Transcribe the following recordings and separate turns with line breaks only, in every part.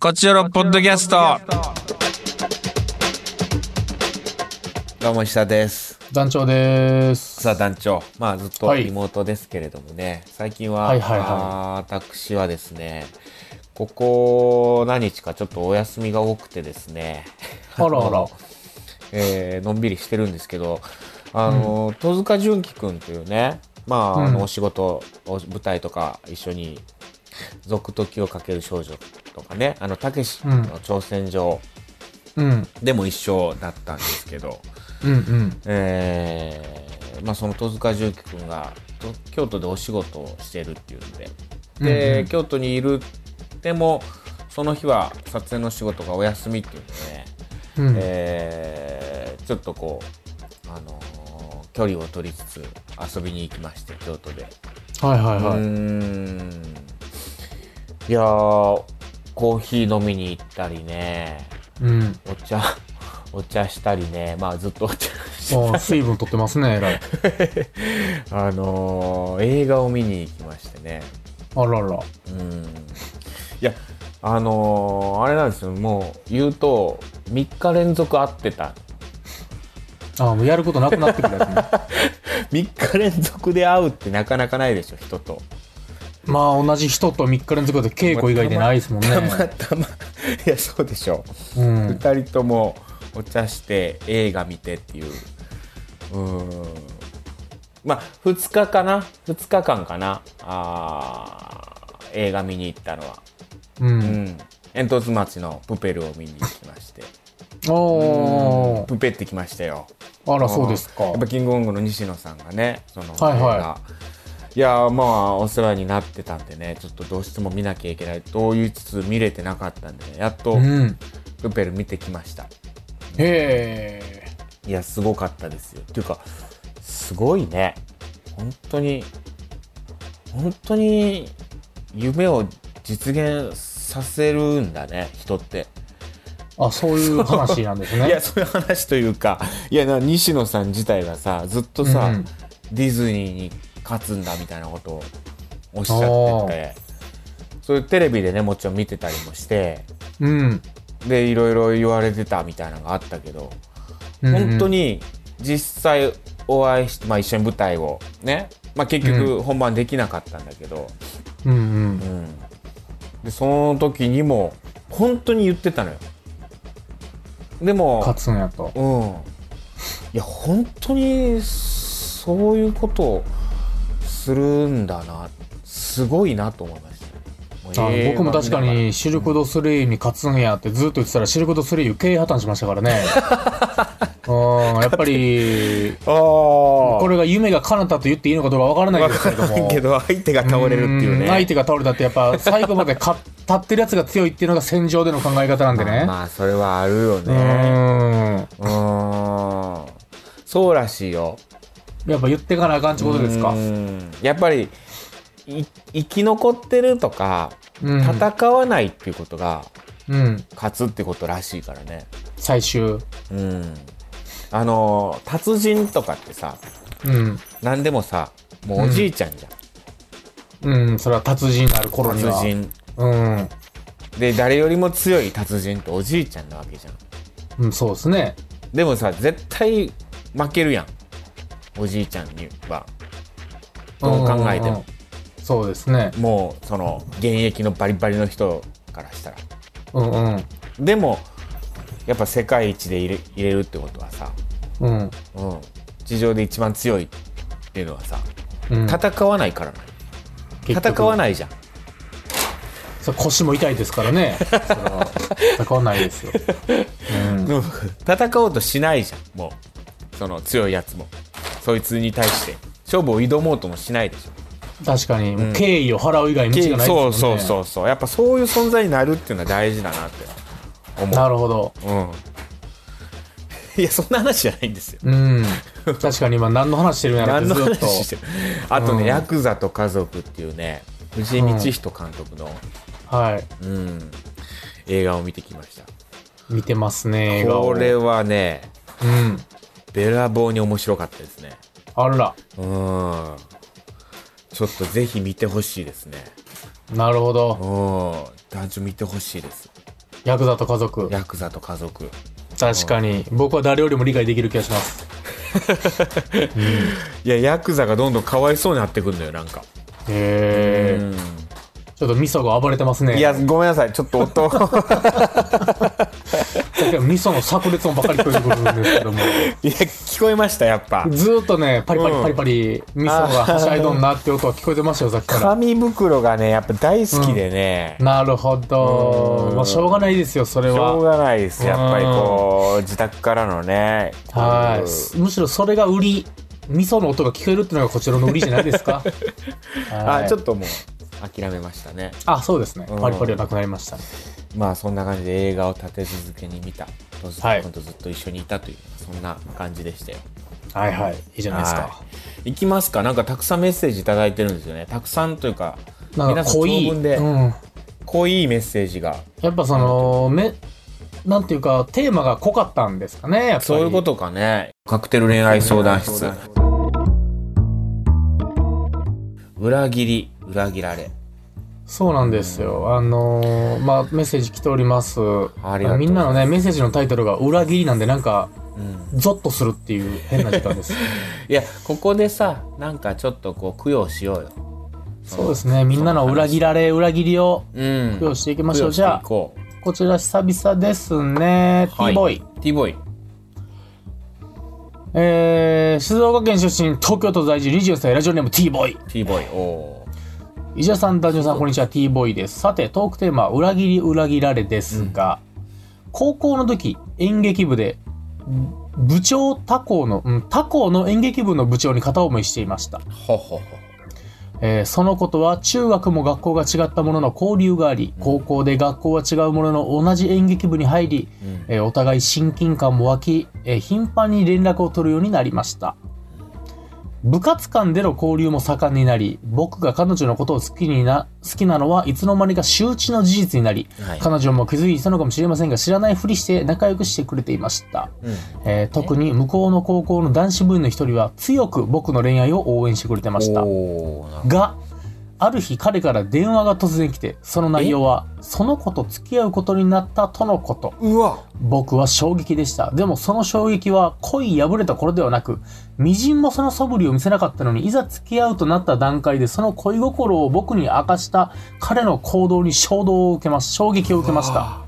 こちらのポッドキャスト。
どうも石田です。
団長です。
さあ団長、まあずっと
はい
リモートですけれどもね、最近は、
はいはいはい
あー私はですね、ここ何日かちょっとお休みが多くてですね、
あらあら。
えーのんびりしてるんですけど、あの、戸塚純喜くんというね、まあ、あ
う
の
ん
お仕事、お舞台とか一緒に、続時をかける少女とかね、あの、たけしの挑戦状
うん。うん
でも一緒だったんですけど、
うん。
えーまあ、その戸塚純喜君がと京都でお仕事をしてるっていうんで
うん
で、
うん
京都にいるでもその日は撮影の仕事がお休みっていうんでね、
うん。
えーちょっとこう、あのー距離を取りつつ遊びに行きまして京都で。
はいはいうはい。
ーんいやーコーヒー飲みに行ったりね
うん。
お茶お茶したりねまあずっとお茶して
ああ、水分取ってますね、えらい。
あのー映画を見に行きましてね。
あらあら。
うん。いや、あのーあれなんですよ。もう言うと、3日連続会ってた。
ああ、もうやることなくなってくるやつね。
3日連続で会うってなかなかないでしょ、人と。
まあ、同じ人と3日連続で稽古以外でないですもんね。
たまたま。いや、そうでしょ。
うん。
2人ともお茶して、映画見てっていう。うん。まあ、2日かな ?2 日間かなあー映画見に行ったのは。
う。
うんん、煙突町のプペルを見に行きまして
おー
プペってきましたよ
あら、そうですか
やっ。ぱキングオングの西野さんがねその映画、
はいはい
いやーまあお世話になってたんでねちょっとどうしても見なきゃいけないと言いつつ見れてなかったんで、ね、やっと
うん。
プペル見てきました
へえ。
いやすごかったですよっていうかすごいね本当に本当に夢を実現させるんだね人って
あ、そういう話なんです
いや
ね。
そういう話というかいやな西野さん自体がさずっとさ、
うんうん
ディズニーに勝つんだみたいなことをおっしゃっててそういうテレビでねもちろん見てたりもして
うん。
でいろいろ言われてたみたいなのがあったけど、
うん
本当。に実際お会いして、まあ、一緒に舞台をね、まあ、結
う
局本番できなかったんだけど、
うんうん
う。んでその時にも本当に言ってたのよ。でも
勝つんやと。
うん、いや本当にそういうことをするんだなすごいなと思いました
あ
もう映画
僕も確か
見ながら
にシルク・ド・スリーに勝つんやってずっと言ってたらシルク・ド・スリー経営破綻しましたか らねうんやっぱり
あー
これが夢が叶ったと言っていいのかどうかわからない
わ
ですけ
か
れど
らん
も
けど相手が倒れるっていうね
ん相手が倒れたってやっぱ最後まで勝立ってるやつが強いっていうのが戦場での考え方なんで
まあ
ね
まあそれはあるよ
う
ね
ん
うんそうらしいよ
やっぱ言ってかなあかんってことですか
うんやっぱりい生き残ってるとか
うん、
戦わないっていうことが
うん、
勝つってことらしいからね、
最終
うん、あの達人とかってさ
うん
何でもさもうおじいちゃんじゃん、
うんそれは達人になる頃には
達人
うん、
で誰よりも強い達人っておじいちゃんなわけじゃん
うん、そうですね
でもさ絶対負けるやんおじいちゃんにはどう考えても
んんんそうですね
もうその現役のバリバリの人からしたら
うんうん
でもやっぱ世界一で入れ入れるってことはさ、
う
う
ん
ん、地上で一番強いっていうのはさ
うん
戦わないからな戦わないじゃん
それ腰も痛いですか らねそれは戦わないですよ、うん
うん戦おうとしないじゃんもうその強いやつもそいつに対して勝負を挑もうともしないでしょ
確かにもう敬意を払う以外道がないですもんね
そうそうそうそうやっぱそういう存在になるっていうのは大事だなって思
なるほど
う、うん、いやそんな話じゃないんですよ
うん確かに今何の話してるんやろっ
何
て
の
ずっ
話
と
してるあとね、
うん
ヤクザと家族」っていうね藤井道人監督の、
はい
うん、映画を見てきました
見てますね映画を
これはね
うん
べらぼうに面白かったですね
あら
うんちょっとぜひ見てほしいですね。
なるほ
うん
ど。
男女見てほしいです。
ヤクザと家族。
ヤクザと家族。
確かに。僕は誰よりも理解できる気がします。
いや、ヤクザがどんどんかわいそうになってくんだよ、なんか。
へえ。ちょっとミソが暴れてますね。
いや、ごめんなさい。ちょっと 音、
さっきは味噌の炸裂音ばかり聞こえてくるんですけども
いや、聞こえました、やっぱ。
ずーっとねパリパリパリパリ、味噌がはしゃいどんなって音は聞こえてましたよさっきから
紙袋がね、やっぱ大好きでね。
なるほどまあしょうがないですよそ
し
れ
ょう
は
がないです。やっぱりこう、自宅からのね。
はいむしろそれが売り味噌の音が聞こえるっていうのがこちらの売りじゃないで すか
あ、ちょ
っと
っともう、諦めましたね。
あそうですね
うん
パリパリはなくなりましたね
まあ、そんな感じで映画を立て続けに見た。とずっ
はい
とずっと一緒にいたという、そんな感じでしたよ。
はいはいいいじゃないですか
はい。いきますか。なんかたくさんメッセージいただいてるんですよね。たくさんというか、
なんか
皆さん
濃い、
長文で
うん、
濃いメッセージが。
やっぱそのめなんていうかテーマが濃かったんですかねやっぱり
そういうことかね。カクテル恋愛相談室。裏切り、裏切られ。
そうなんですよ。あのーまあ、メッセージ来ております。
ありがとうございます
みんなのね、メッセージのタイトルが裏切りなんで、なんか、
うん。
ゾッとするっていう変な時 間です。
いや、ここでさ、なんかちょっとこう、供養しようよ。
そうですね。みんなの裏切られ、裏切りを
うん。
供養していきまし
供
ょう。
養
じゃ
てい
あ、
こう
こちら久々ですね。
はい
T ボーイ。
T ボーイ。
えー、静岡県出身、東京都在住24歳、ラジオネーム T ボーイ。
T ボーイ。お
伊者さん、男女さん、こんにちは、T ボーイです。さて、トークテーマ、裏切り、裏切られですが、高校の時、演劇部で、ん部長他校の、うん他校の演劇部の部長に片思いしていました。
ー。ほほほ。
えーそのことは、中学も学校が違ったものの交流があり、高校で学校は違うものの同じ演劇部に入り、えーお互い親近感も湧き、えー頻繁に連絡を取るようになりました。部活間での交流も盛んになり、僕が彼女のことを好きにな、好きなのはいつの間にか周知の事実になり、
はい
彼女も気づいていたのかもしれませんが、知らないふりして仲良くしてくれていました。えー特に向こうの高校の男子部員の一人は強く僕の恋愛を応援してくれてました。
おーな
が、ある日彼から電話が突然来て、その内容は、その子と付き合うことになったとのこと。
うわ
僕は衝撃でした。でもその衝撃は恋破れた頃ではなく、微塵もその素振りを見せなかったのに、いざ付き合うとなった段階でその恋心を僕に明かした彼の行動に衝動を受けます。衝撃を受けました。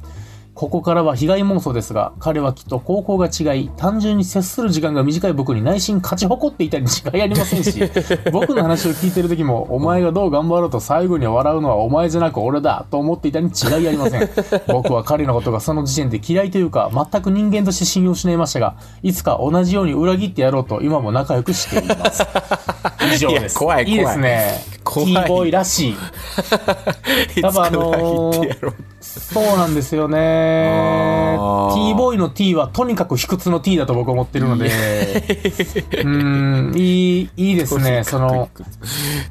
ここからは被害妄想ですが、彼はきっと高校が違い、単純に接する時間が短い僕に内心勝ち誇っていたに違いありませ んし、僕の話を聞いてる時も、お前がどう頑張ろうと最後に笑うのはお前じゃなく俺だと思っていたに違いありません。僕は彼のことがその時点で嫌いというか、全く人間として信用を失いましたが、いつか同じように裏切ってやろうと今も仲良くしています。以上で
いや怖い
す。
怖い
いですね。
怖い
T ボーイらしい。多分あのーそうなんですよね。
あー
T ボーイの T はとにかく卑屈の T だと僕は思ってるので、うん、いい、いいですね。その、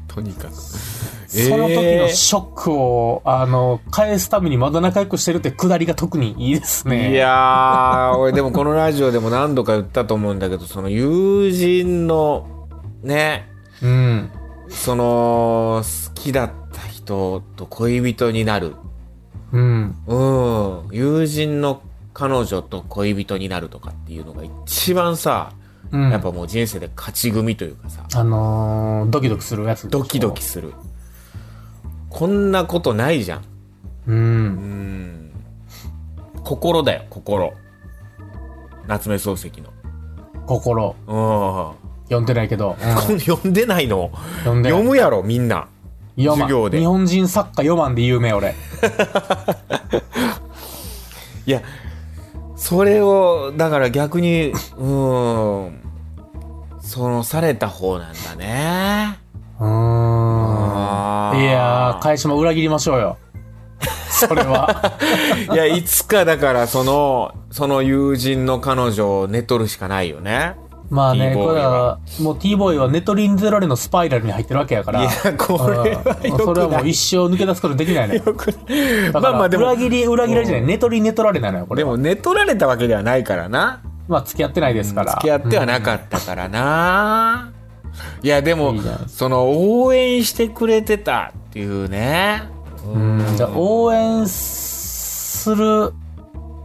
とにかく
その時のショックを、あの、返すためにまだ仲良くしてるってくだりが特にいいですね。
いやー俺でもこのラジオでも何度か言ったと思うんだけどその友人のね
うん。
その好きだった人と恋人になる
うん。
うん友人の彼女と恋人になるとかっていうのが一番さ、
うん。
やっぱもう人生で勝ち組というかさ
あのードキドキするやつ。
ドキドキ。するこんなことないじゃん
うん。
うん心だよ心夏目漱石の
心。
う
読んでないけど。うん
ん、読んでないの
読んでない
読むやろみんな
読まん
授業で
日本人作家読まんで有名俺。
いやそれをだから逆にうんそのされた方なんだね
うーん。いやー、返しも裏切りましょ うよ。それは。
いやいつかだからそのその友人の彼女を寝取るしかないよね
まあね、
T-boy
これは、もう T ボーイはネトリンゼロリのスパイラルに入ってるわけやか
い
ら。
やこ
うん
れはよ
それは
く
も
な
う
い
一生抜け出すことできないのよ。
よくないま
だか
あま
ら、
あでも
裏切り、裏切られじゃない、ネトリ、ネトられなのよ、これ
でも
は。
寝取られたわけではないからな
まあ、付き合ってないですから。
付き合ってはなかったからな、いやでも
いいじゃん
その応援してくれてたっていうね
うん。じゃあ応援する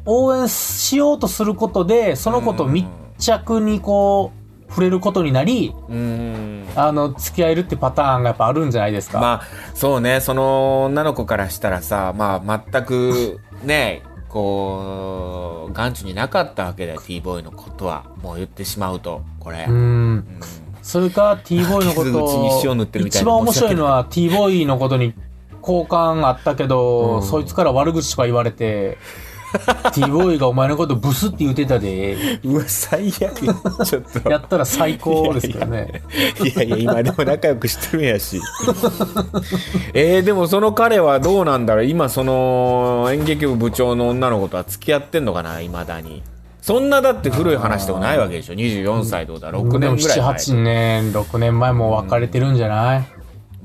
応援しようとすることで、その子と密着にこう、触れることになり、
うん
あの、付き合えるってパターンがやっぱあるんじゃないですか。
まあそうねその女の子からしたらさまあ全くねこう眼中になかったわけだよ T ボーイのことはもう言ってしまうとこれ、
う
うん
ん。それか T ボーイのこ
傷口に塩塗って
と
るみたい
一
な
番面白いのは T ボーイのことに好感あったけど、
うん
そいつから悪口とか言われて T ボーイがお前のことブスって言ってたで
うわ最悪ちょっと
やったら最高ですよね
いやいや今でも仲良くしてるんやし えー、でもその彼はどうなんだろう今その演劇部部長の女の子とは付き合ってんのかないまだにそんなだって古い話でもないわけでしょ24歳どうだ6
でも
年ぐらい前
78年6年前もう別れてるんじゃない、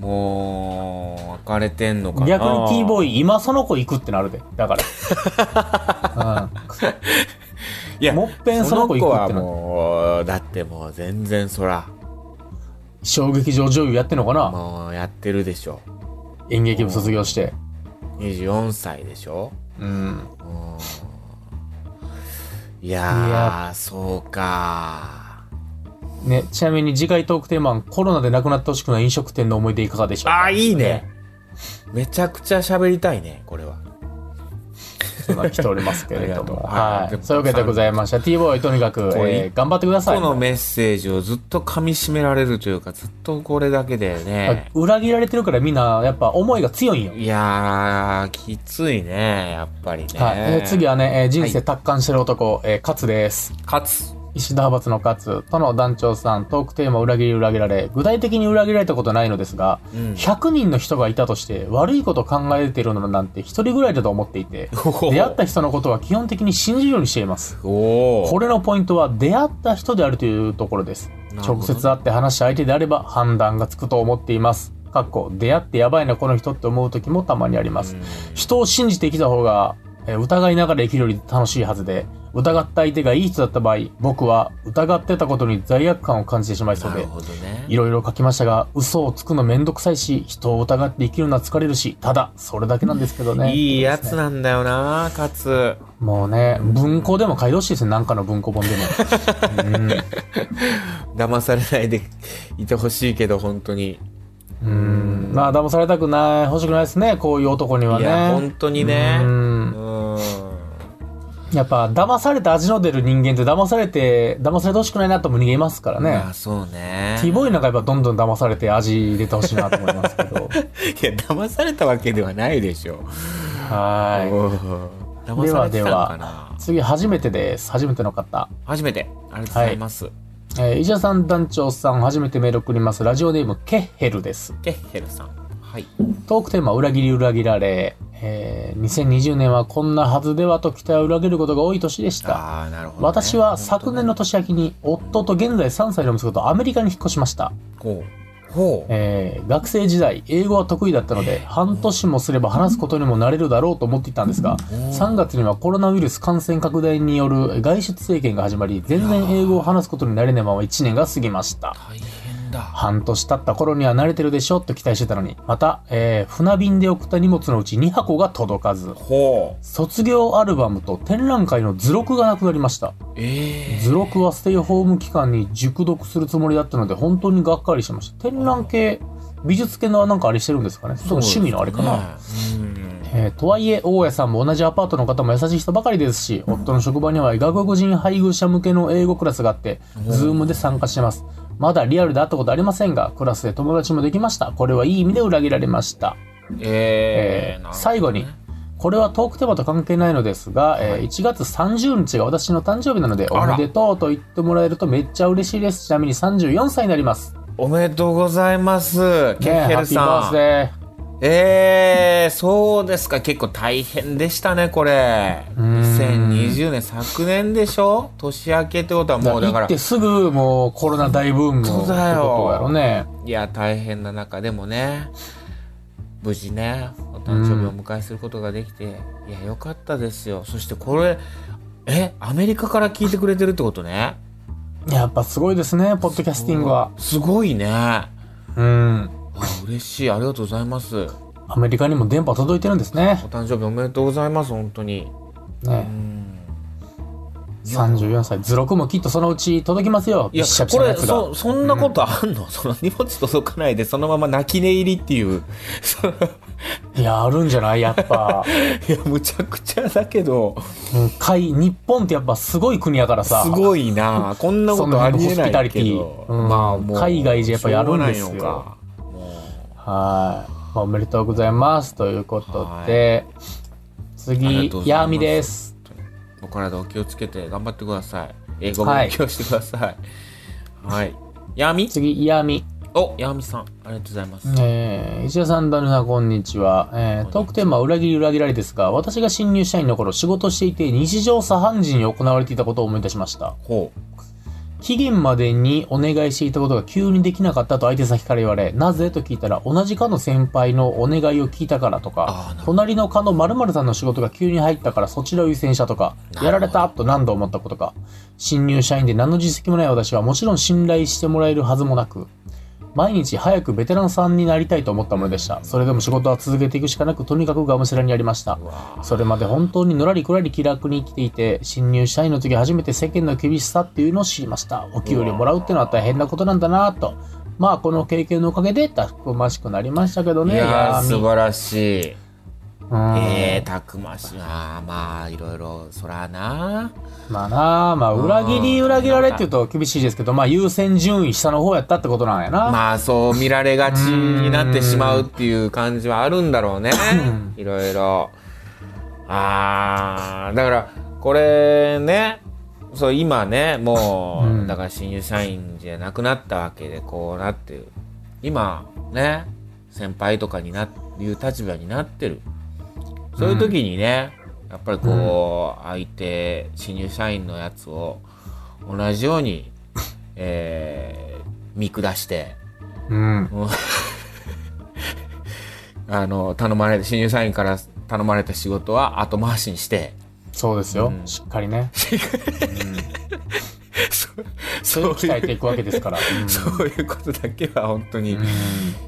もう別れてんのかな
逆に T ボ
ーイ
ーイ今その子行くってなる でだから
いや
もっぺんその子行くってな
その子はもうだってもう全然そら
うん衝撃場女優やってんのかな、
もうやってるでしょ
演劇部卒業して
24歳でしょ
うん
いやー
い
そうか
ね、ちなみに次回トークテーマはコロナでなくなってほしくない飲食店の思い出いかがでしょうか
ああいいねめちゃくちゃ喋りたいねこれは
そんな来ておりますけれども。
ありが
は
とう
い。そういうわけでございました。t ボーイとにかく、
これ
えー頑張ってくださ
こ。
い
のメッセージをずっと噛み締められるというかずっとこれだけでね
裏切られてるからみんなやっぱ思いが強いんよ。はい。
いやーきついねやっぱりね、
えー次はね、えー人生達観してる男、えー勝です。
勝つ
石田派閥の勝との団長さん、トークテーマ裏切り裏切られ、具体的に裏切られたことないのですが、
うん
100人の人がいたとして悪いこと考えているのなんて1人ぐらいだと思っていて、
おお
出会った人のことは基本的に信じるようにしています。
おお
これのポイントは出会った人であるというところです。
なるほど
直接会って話した相手であれば判断がつくと思っています。かっこ出会ってやばいなこの人って思う時もたまにあります。人を信じて生きた方がえー疑いながら生きるより楽しいはずで、疑った相手がいい人だった場合、僕は疑ってたことに罪悪感を感じてしまいそう
なる
で、
ほどね
いろいろ書きましたが、嘘をつくのめんどくさいし、人を疑って生きるのは疲れるし、ただ、それだけなんですけどね。
いいやつなんだよな勝つ
もうね、文庫でも書いてほしいですね。なんかの文庫本でも。
騙されないで いてほしいけど本当に
うんまあ騙されたくない欲しくないですねこういう男にはいね
や本当にね
う
うんん
やっぱ騙されて味の出る人間って騙されて騙されてほしくないなとも逃げますからね
あそうね
T ボーイなんかやっぱどんどん騙されて味入れてほしいなと思いますけ ど
いや騙されたわけではないでしょ
は
はい
い
騙
で
さ
は
れて
で
たのか
は
な
次初めてです初めての方
初めてありがとうございます、
えー、石田さん団長さん初めてメール送りますラジオネームケッヘルです
ケッヘルさんはい
トークテーマ、裏切り裏切られ、えー2020年はこんなはずではと期待を裏切ることが多い年でした。
ああなるほどね、
私は昨年の年明けに夫と現在3歳の息子とアメリカに引っ越しました、
ほうほう
えー学生時代英語は得意だったので半年もすれば話すことにもなれるだろうと思っていたんですが3月にはコロナウイルス感染拡大による外出制限が始まり全然英語を話すことになれないまま1年が過ぎました
大変だ
半年経った頃には慣れてるでしょと期待してたのにまた、えー船便で送った荷物のうち2箱が届かず
ほう
卒業アルバムと展覧会の図録がなくなりました
ええ
図録はステイホーム期間に熟読するつもりだったので本当にがっかりしました展覧系美術系のなんかあれしてるんですかねそれとも趣味のあれかな、
うん
えーとはいえ大家さんも同じアパートの方も優しい人ばかりですし夫の職場には外国人配偶者向けの英語クラスがあってズームで参加してますまだリアルで会ったことありませんがクラスで友達もできましたこれはいい意味で裏切られました
え
え
ー
ー
なるほどね
最後にこれはトークテーマと関係ないのですが、えー1月30日が私の誕生日なのでお
あら
めでとうと言ってもらえるとめっちゃ嬉しいですちなみに34歳になります
おめでとうございますケ
ねえ
ッヘ
ハ
ル
ッピーバー
さ
ス
ん、
デ
えー、そうですか結構大変でしたねこれ
ん
2020年昨年でしょ年明けってことは
ー
もうだから
行ってすぐもうコロナ大ブームって
本
こ
当だよ
とやろね
いや大変な中でもね無事ねお誕生日をお迎えすることができて、いや良かったですよそしてこれえアメリカから聞いてくれてるってことね
やっぱすごいですね、ポッドキャスティングは。
すごいねあ
うん。
嬉しいありがとうございますお
アメリカにも電波届いてるんですね。
誕生日おめでとうございます本当に
ね。
うん
34歳。図録もきっとそのうち届きますよ。
いや
びっしゃびし
こ
ゃの
れ
やつが。
そそんなことあんの、 その荷物届かないでそのまま泣き寝入りっていう その
いや、あるんじゃないやっぱ。
いやむちゃくちゃだけど
うんかい日本ってやっぱすごい国やからさ。
すごいなこんなこ
その
とあり
辺
え
のホスピ
な
タ
い
リテ
け
ィ
ど、
うん
まあもう
海外じゃやっぱやるんですよ
しょうがないのかも
はい。まあおめでとうございます。ということで、
あり
次
がとう、ございます
ヤーミです。
うお体お気をつけて頑張ってください英語
はい
勉強してくださいはい、ヤミ
次、ヤーミ。
おヤミさんありがとうございます、
えー、石田さん、ダルナ、こんにちは。えー、トークテーマ、裏切り裏切られですが、私が新入社員の頃、仕事していて、日常茶飯事に行われていたことを思い出しました。
ほう
期限までにお願いしていたことが急にできなかったと相手先から言われ、なぜと聞いたら、同じ課の先輩のお願いを聞いたからと
あーな
か
る、ほ
隣の課の〇〇さんの仕事が急に入ったからそちらを優先したとか
な、るほど
やられたと何度思ったことか、新入社員で何の実績もない私はもちろん信頼してもらえるはずもなく、毎日早くベテランさんになりたいと思ったものでした。それでも仕事は続けていくしかなく、とにかくがむしゃらにやりました。それまで本当にのらりくらり気楽に生きていて、新入社員の時初めて世間の厳しさっていうのを知りました。お給料もらうってのは大変なことなんだなぁと。まあ、この経験のおかげで、たくましくなりましたけどね。
いやー
ー
素晴らしい
うん
えー、たくましいなまあいろいろそらな
まあなあまあ、裏切り裏切られって言うと厳しいですけど、まあ、優先順位下の方やったってことなんやな。
まあそう見られがちになってしまうっていう感じはあるんだろうねいろいろあーだからこれねそう今ねもう、
うん
だから新入社員じゃなくなったわけでこうなってる今ね先輩とかにないう立場になってるそういう時にね、やっぱりこう、相手新入社員のやつを同じように、えー見下して
うん。
あの頼まれて新入社員から頼まれた仕事は後回しにして
そうですよ。
うん
しっかりね。
そ
鍛えていくわけですから。う ん
そういうことだけは本当に
うん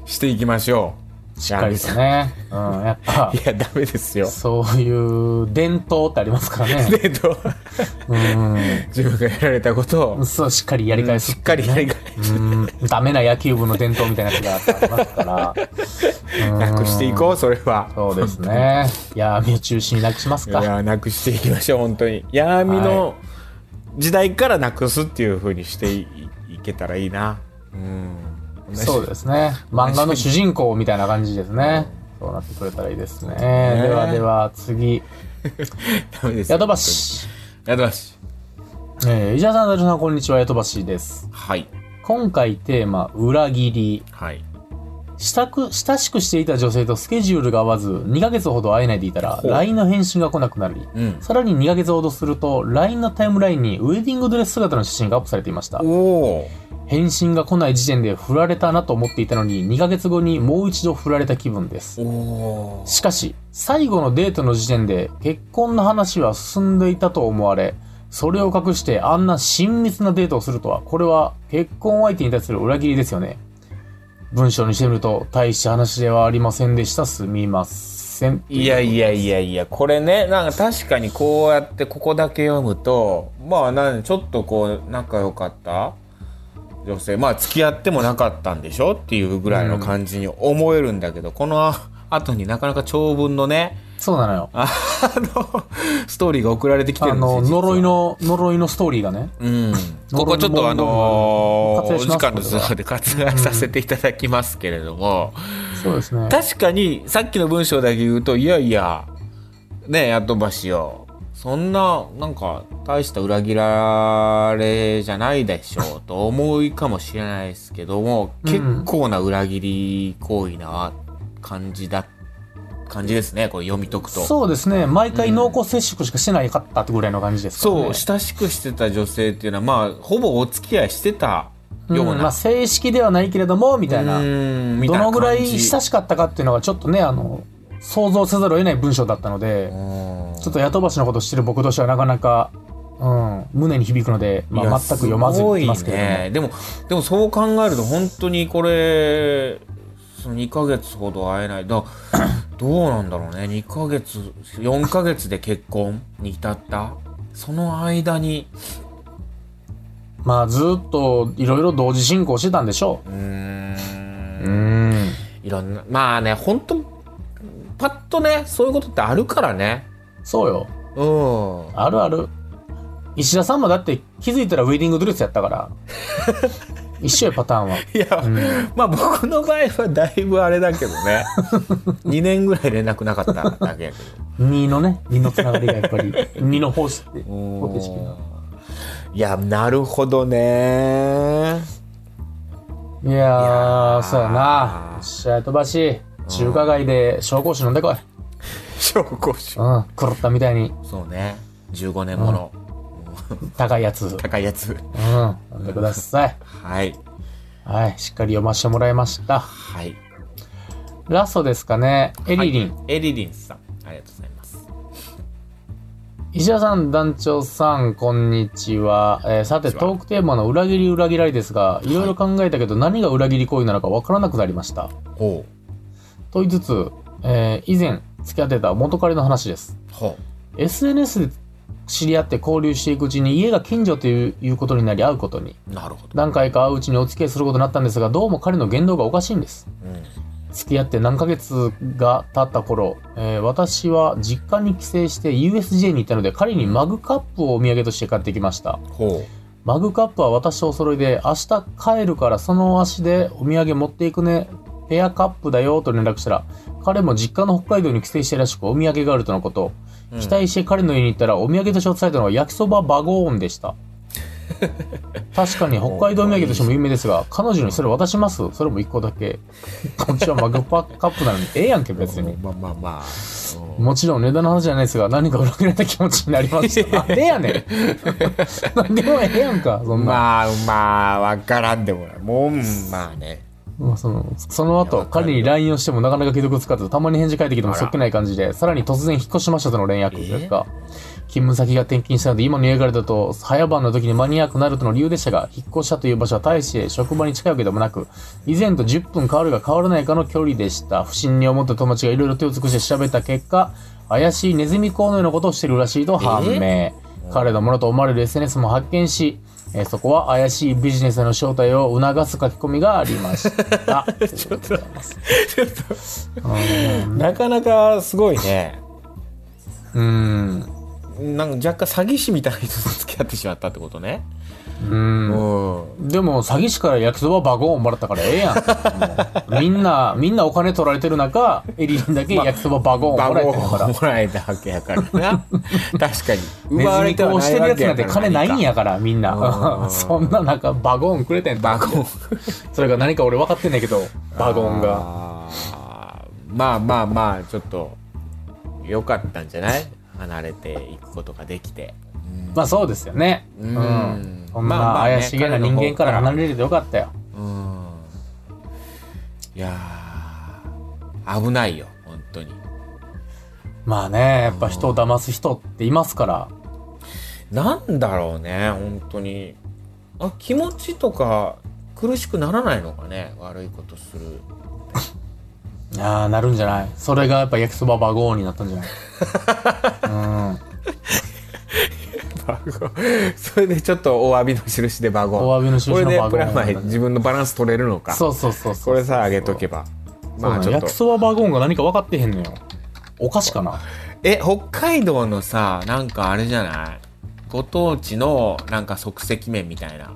していきましょう。
しっかりですね。うん、やっぱ
い。やダメですよ。
そういう伝統ってありますからね。
でと
う
自分がやられたこと
ん。
を
そう、しっかりやり返す
しっかりやり返
うん。ダメな野球部の伝統みたいなやつがありますから。うん
なくしていこうそれは。
そうですね。闇を中心になくします
い
か。
やなくしていきましょう本当に。闇の時代からなくすっていう風にしていいけたらいいな。うん。
そうですね。漫画の主人公みたいな感じですね。そうなってくれたらいいですね。ではでは次、
ダメですよ。
ヤドバシ。
やだし。
えー、石田さん、ダルさん、こんにちは、ヤドバシです。
はい
今回テーマ、裏切り。
はい。
したく親しくしていた女性とスケジュールが合わず2ヶ月ほど会えないでいたら
ほう
LINE の返信が来なくなり、
うん。
さらに2ヶ月ほどすると LINE のタイムラインにウェディングドレス姿の写真がアップされていました
おお
返信が来ない時点で振られたなと思っていたのに2ヶ月後にもう一度振られた気分です
ー。おー
しかし最後のデートの時点で結婚の話は進んでいたと思われそれを隠してあんな親密なデートをするとはこれは結婚相手に対する裏切りですよね文章にしてみると大した話ではありませんでしたすみません
いやいやいやいやこれねなんか確かにこうやってここだけ読むとまあなんちょっとこう仲良かった女性まあ付き合ってもなかったんでしょっていうぐらいの感じに思えるんだけど、この後になかなか長文のね
そうなのよ
あのストーリーが送られてきて
あ
るんですよ
の
実は
呪いの呪いのストーリーがね
うん、ここちょっとあのー
割
お
愛しま
時
す
間の都合で割愛させていただきますけれども、
そうですね
確かにさっきの文章だけ言うといやいやねえヤトバシよそんななんか大した裏切られじゃないでしょうと思いかもしれないですけども、
うん
結構な裏切り行為な感じだ感じですねこれ読み解くと。
そうですね毎回濃厚接触しかしてないかったってぐらいの感じですからね
そう親しくしてた女性っていうのはまあほぼお付き合いしてたような、
うんまあ、正式ではないけれどもみたいな
うんみた
ど
いな
の
感じ
ぐらい親しかったかっていうのがちょっとねあの想像せざるを得ない文章だったので
うん
ちょっと雇ばしのことを知ってる僕としてはなかなか、うん、胸に響くので、まあ、全く読まずにいきますけれども
いやすごいねでもでもそう考えると本当にこれその2ヶ月ほど会えない だどうなんだろうね2ヶ月4ヶ月で結婚に至ったその間に
まあずっといろいろ同時進行してたんでしょ
うー
う。
ん
うん。
いろんなまあね本当パッとねそういうことってあるからね
そうよ。
うん
あるある。石田さんもだって気づいたらウェディングドレスやっ たから。一緒よパターンは。
いや、まあ僕の場合はだいぶあれだけど ね2年ぐらい連絡なかっただけやけ
2のね、2のつながりがやっ ぱり、2の方式って、
ど
方程式が。
いやなるほど ね
いやー、
ー
そうやな。試合飛ばし、中華街で紹興酒飲んでこい。
紹興酒
うん、狂ったみたいに
そうね15年もの、
高いやつ。うん、
高いやつ
飲んでください。
はい
はい、しっかり読ませてもらいました。
はい
ラストですかね。エリリン。
はいエリリンさんありがとうございます
石田さん、団長さん、こんにちは。えーさ
こ
て、
んにちは
トークテーマの裏切り裏切られですが、いろいろ考えたけど、何が裏切り行為なのかわからなくなりました。
ほ
と言いつつ、えー以前付き合ってた元彼の話です。
うほ
SNS で知り合って交流していくうちに家が近所といういうことになり会うことに
うなるほど、
何回か会ううちにお付き合いすることになったんですがどうも彼の言動がおかしいんです
うん、
付き合って何ヶ月が経った頃、えー私は実家に帰省して USJ に行ったので彼にマグカップをお土産として買ってきました
ほ
マグカップは私とお揃いで明日帰るからその足でお土産持っていくねペアカップだよと連絡したら彼も実家の北海道に帰省してるらしくお土産があるとのこと
う、うん
期待して彼の家に行ったらお土産として伝えたのは焼きそばバゴーン でした確かに北海道土産としても有名ですが彼女にそれ渡しますそれも1個だけこっちはマグパカップなのにええやんけ別に
まあまあまあ、うん
もちろん値段の話じゃないですが何か裏切られた気持ちになりまし たあええやねん何でもええやんかそんな、
まあまあわからんでもないもううんまあね
まあ、そのその
いや
後
わかる
彼に LINE をしてもなかなか既読つかずたまに返事返ってきても
あら
そっけない感じでさらに突然引っ越しましたとの連絡が勤務先が転勤したので今の家からだと早晩の時に間に合わなくなるとの理由でしたが引っ越したという場所は大して職場に近いわけでもなく以前と10分変わるが変わらないかの距離でした不審に思った友達がいろいろ手を尽くして調べた結果怪しいネズミ講のようなことをしているらしいと判明、彼のものと思われる SNS も発見し、えーそこは怪しいビジネスの正体を促す書き込みがありました ちょっということでございます
なかなかすごいね
うん
なんか若干詐欺師みたいな人と付き合ってしまったってことね
うん
うん、
でも詐欺師から焼きそばバゴンをもらったからええやんもうみんなみんなお金取られてる中エリリンだけ焼きそばバゴンを
番
もらえ
号
てるから、
もらえたわけやからな確かに奪わ
ネ
れ
ズ
て
ミ
は
講
な
し
い
てる
わ
やつ
け
な
や
んて
から
金ないんやからみん
う
な
ん
そんな中バゴンくれてん
バ
バ
ゴン
それが何か俺分かってんねんけどバゴンが
がまあまあまあちょっと良かったんじゃない離れていくことができて
まあそうですよねう
うん
ん、そん
まあま
な
あね
怪しげな人間から離れれてよかったよ
うんいやー危ないよ本当に
まあねやっぱ人を騙す人っていますから
なんだろうね本当にあ気持ちとか苦しくならないのかね悪いことする
いやーなるんじゃないそれがやっぱ焼きそばバゴンになったんじゃないうん
バゴ それでちょっとお詫びの印でバゴン
お詫びの印の
これで
バゴン
プラマイ自分のバランス取れるの か
そうそうそうそう
これさあげとけば
そうな
ま
の
あちょっ
焼
と
きそばバゴンが何か分かってへんのよお菓子 かな
え北海道のさなんかあれじゃないご当地のなんか即席麺みたいな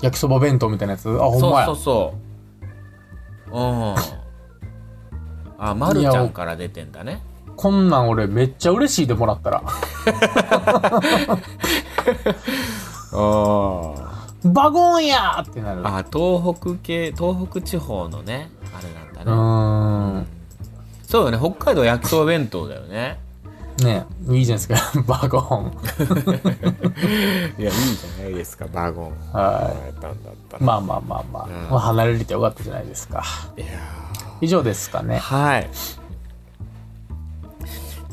焼きそば弁当みたいなやつあほんまや
そうそうそううんあまるちゃんから出てんだね
こんなん俺めっちゃ嬉しいでもらっ たら
あ
バゴンやーってなる
あ東北系東北地方のねあれなんだ
う
ね、
ーん
そうよね北海道焼きそば弁当だよね
ねいいじゃないですか バゴン
いやいいじゃないですかバーゴンも
は
らえたんだった
いまあまあまあまあ、
うん
まあ、離れれてよかったじゃないですか
いや
以上ですか
ー
ね
はい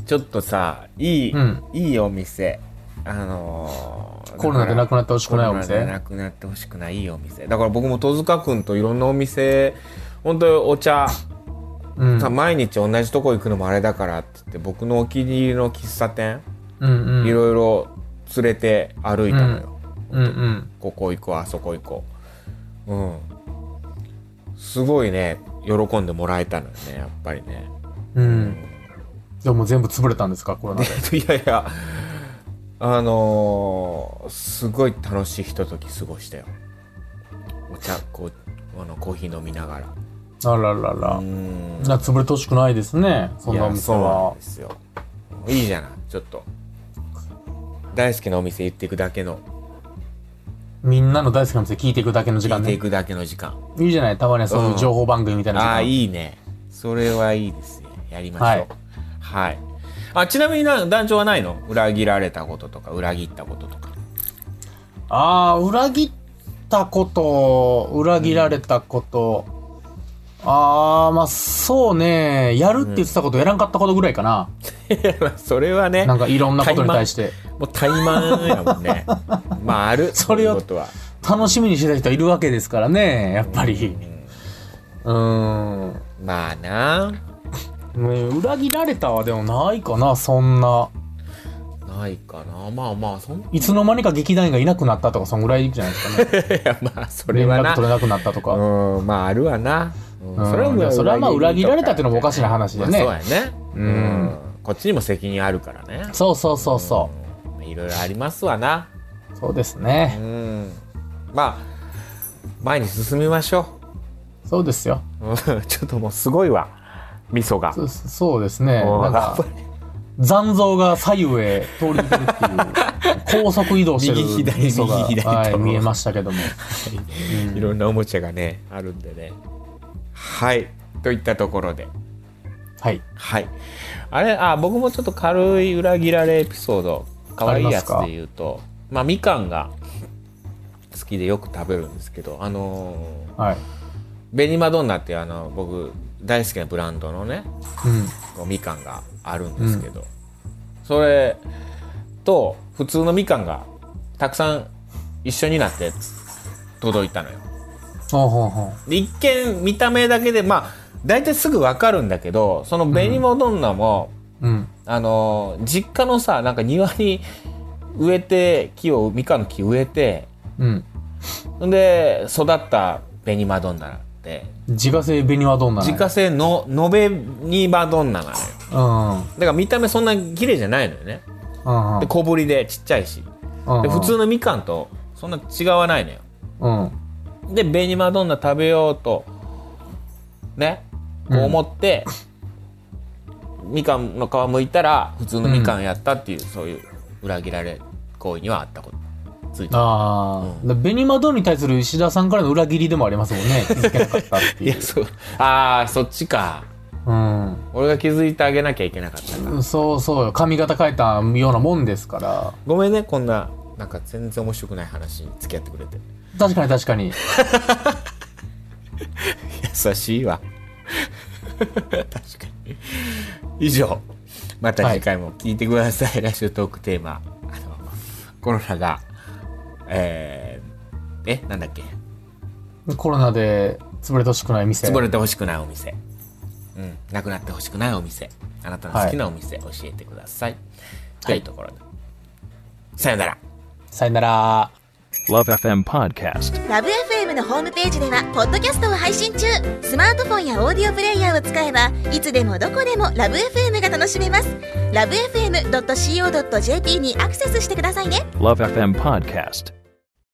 ちょっとさいい、
うん
いいお店あのー
コロナでなくなってほしくないお
コロナで
店
なくなってほしくないいいお店だから僕も戸塚君といろんなお店本当にお茶
うん
さ毎日同じとこ行くのもあれだからって言って僕のお気に入りの喫茶店
うん
い
うん
ろいろ連れて歩いたのよ、
うんうん。
ここ行こうあそこ行こううんすごいね喜んでもらえたのよねやっぱりね
うん。でも全部潰れたんですか、コロナで。
いやいやあのーすごい楽しいひととき過ごしたよお茶こうあのコーヒー飲みながら
あららら
う。ん
な潰れてほしくないですね、そんなお
いや
店
そうなん
は
で。すよいいじゃないちょっと大好きなお店行っていくだけの
みんなの大好きなお店聞いていくだけの時
行っ
間
て
ね
い。くだけの時間
いいじゃない、たまにはそういう情報番組みたいな時間。
ああーいいねそれはいいですねやりましょうはい、あちなみにな団長はないの裏切られたこととか裏切ったこととか
ああ、裏切ったこと、裏切られたこと。ああ、まあそうね、やるって言ってたこと、やらんかったことぐらいかな。
それはね
なんかいろんなことに対して。
もう怠慢やもん ねまあある
それ
そ
を
ういうことは
楽しみにしてた人はいるわけですからね、やっぱり。うーん。
まあな
ね裏切られたはでもないかな、そんな。
ないかなまあまあそ んい
いつの間にか劇団員がいなくなったとか、そんぐらいじゃないです かね。
やまあそれ
連
はな
絡取れなくなったとか。
うんまああるわな、うん
うんいやそれはまあ裏切られたっていうのもおかしな話でね
まあそうやねうん、こっちにも責任あるからね
そうそうそうそ
いろいろありますわな
う。そうです
う
ね。
んまあ前に進みましょ
そうですよ。
ううん ちょっともうすごいわ味噌が
そうそうですね。
もう
なん
やっぱ
か、残像が左右へ通り抜けるっていう、 高速移動してる
右左右
味噌が
左と
はい、見えましたけども。
りいろんなおもちゃがねあるんでねはいといったところで
はい。
はいあれあ僕もちょっと軽い裏切られエピソード可愛いやつ
ありますか
で言うとまあみかんが好きでよく食べるんですけどあのー
はい。
ベニマドンナっていうあの僕大好きなブランドのね
うん。
こうみかんがあるんですけど、それと普通のみかんがたくさん一緒になって届いたのよ。
ほうほうほう。
で一見見た目だけでまあ大体すぐ分かるんだけどその紅もどんなも、
うん。
あの実家のさなんか庭に植えて木をみかんの木植えて
うん。
んで育った紅マドンナって
自家製紅はどんなの
自家製ののべにマドンナなのよ
うん。
だから見た目そんな綺麗じゃないのよね
うん。
で小ぶりでちっちゃいし
うん
で普通のみかんとそんな違わないのよ
うん。
で紅マドンナ食べようとねこう思って、みかんの皮剥いたら普通のみかんやったっていう、そういう裏切られ行為にはあったことついて
ああ、ベニマドンに対する石田さんからの裏切りでもありますもんね。 気づけなかったって
い
い
や
う。
そうああそっちか俺が気づいてあげなきゃいけなかったな
うん。そうそうよ。髪型変えたようなもんですから。
ごめんねこんななんか全然面白くない話に付き合ってくれて
確かに確かに。
優しいわ確かに以上また次回も聞いてください、来週トークテーマあのコロナがえー、えなんだっけ
コロナで潰れてほしくない店。
潰れてほしくないお店うんなくなってほしくないお店あなたの好きなお店教えてください、というところで、さよなら
さよなら。
Love FM Podcast.
ラブ f m のホームページではポッドキャストを配信中スマートフォンやオーディオプレイヤーを使えばいつでもどこでもラブ f m が楽しめますラブ FM.co.jp にアクセスしてくださいね
Love FM Podcast.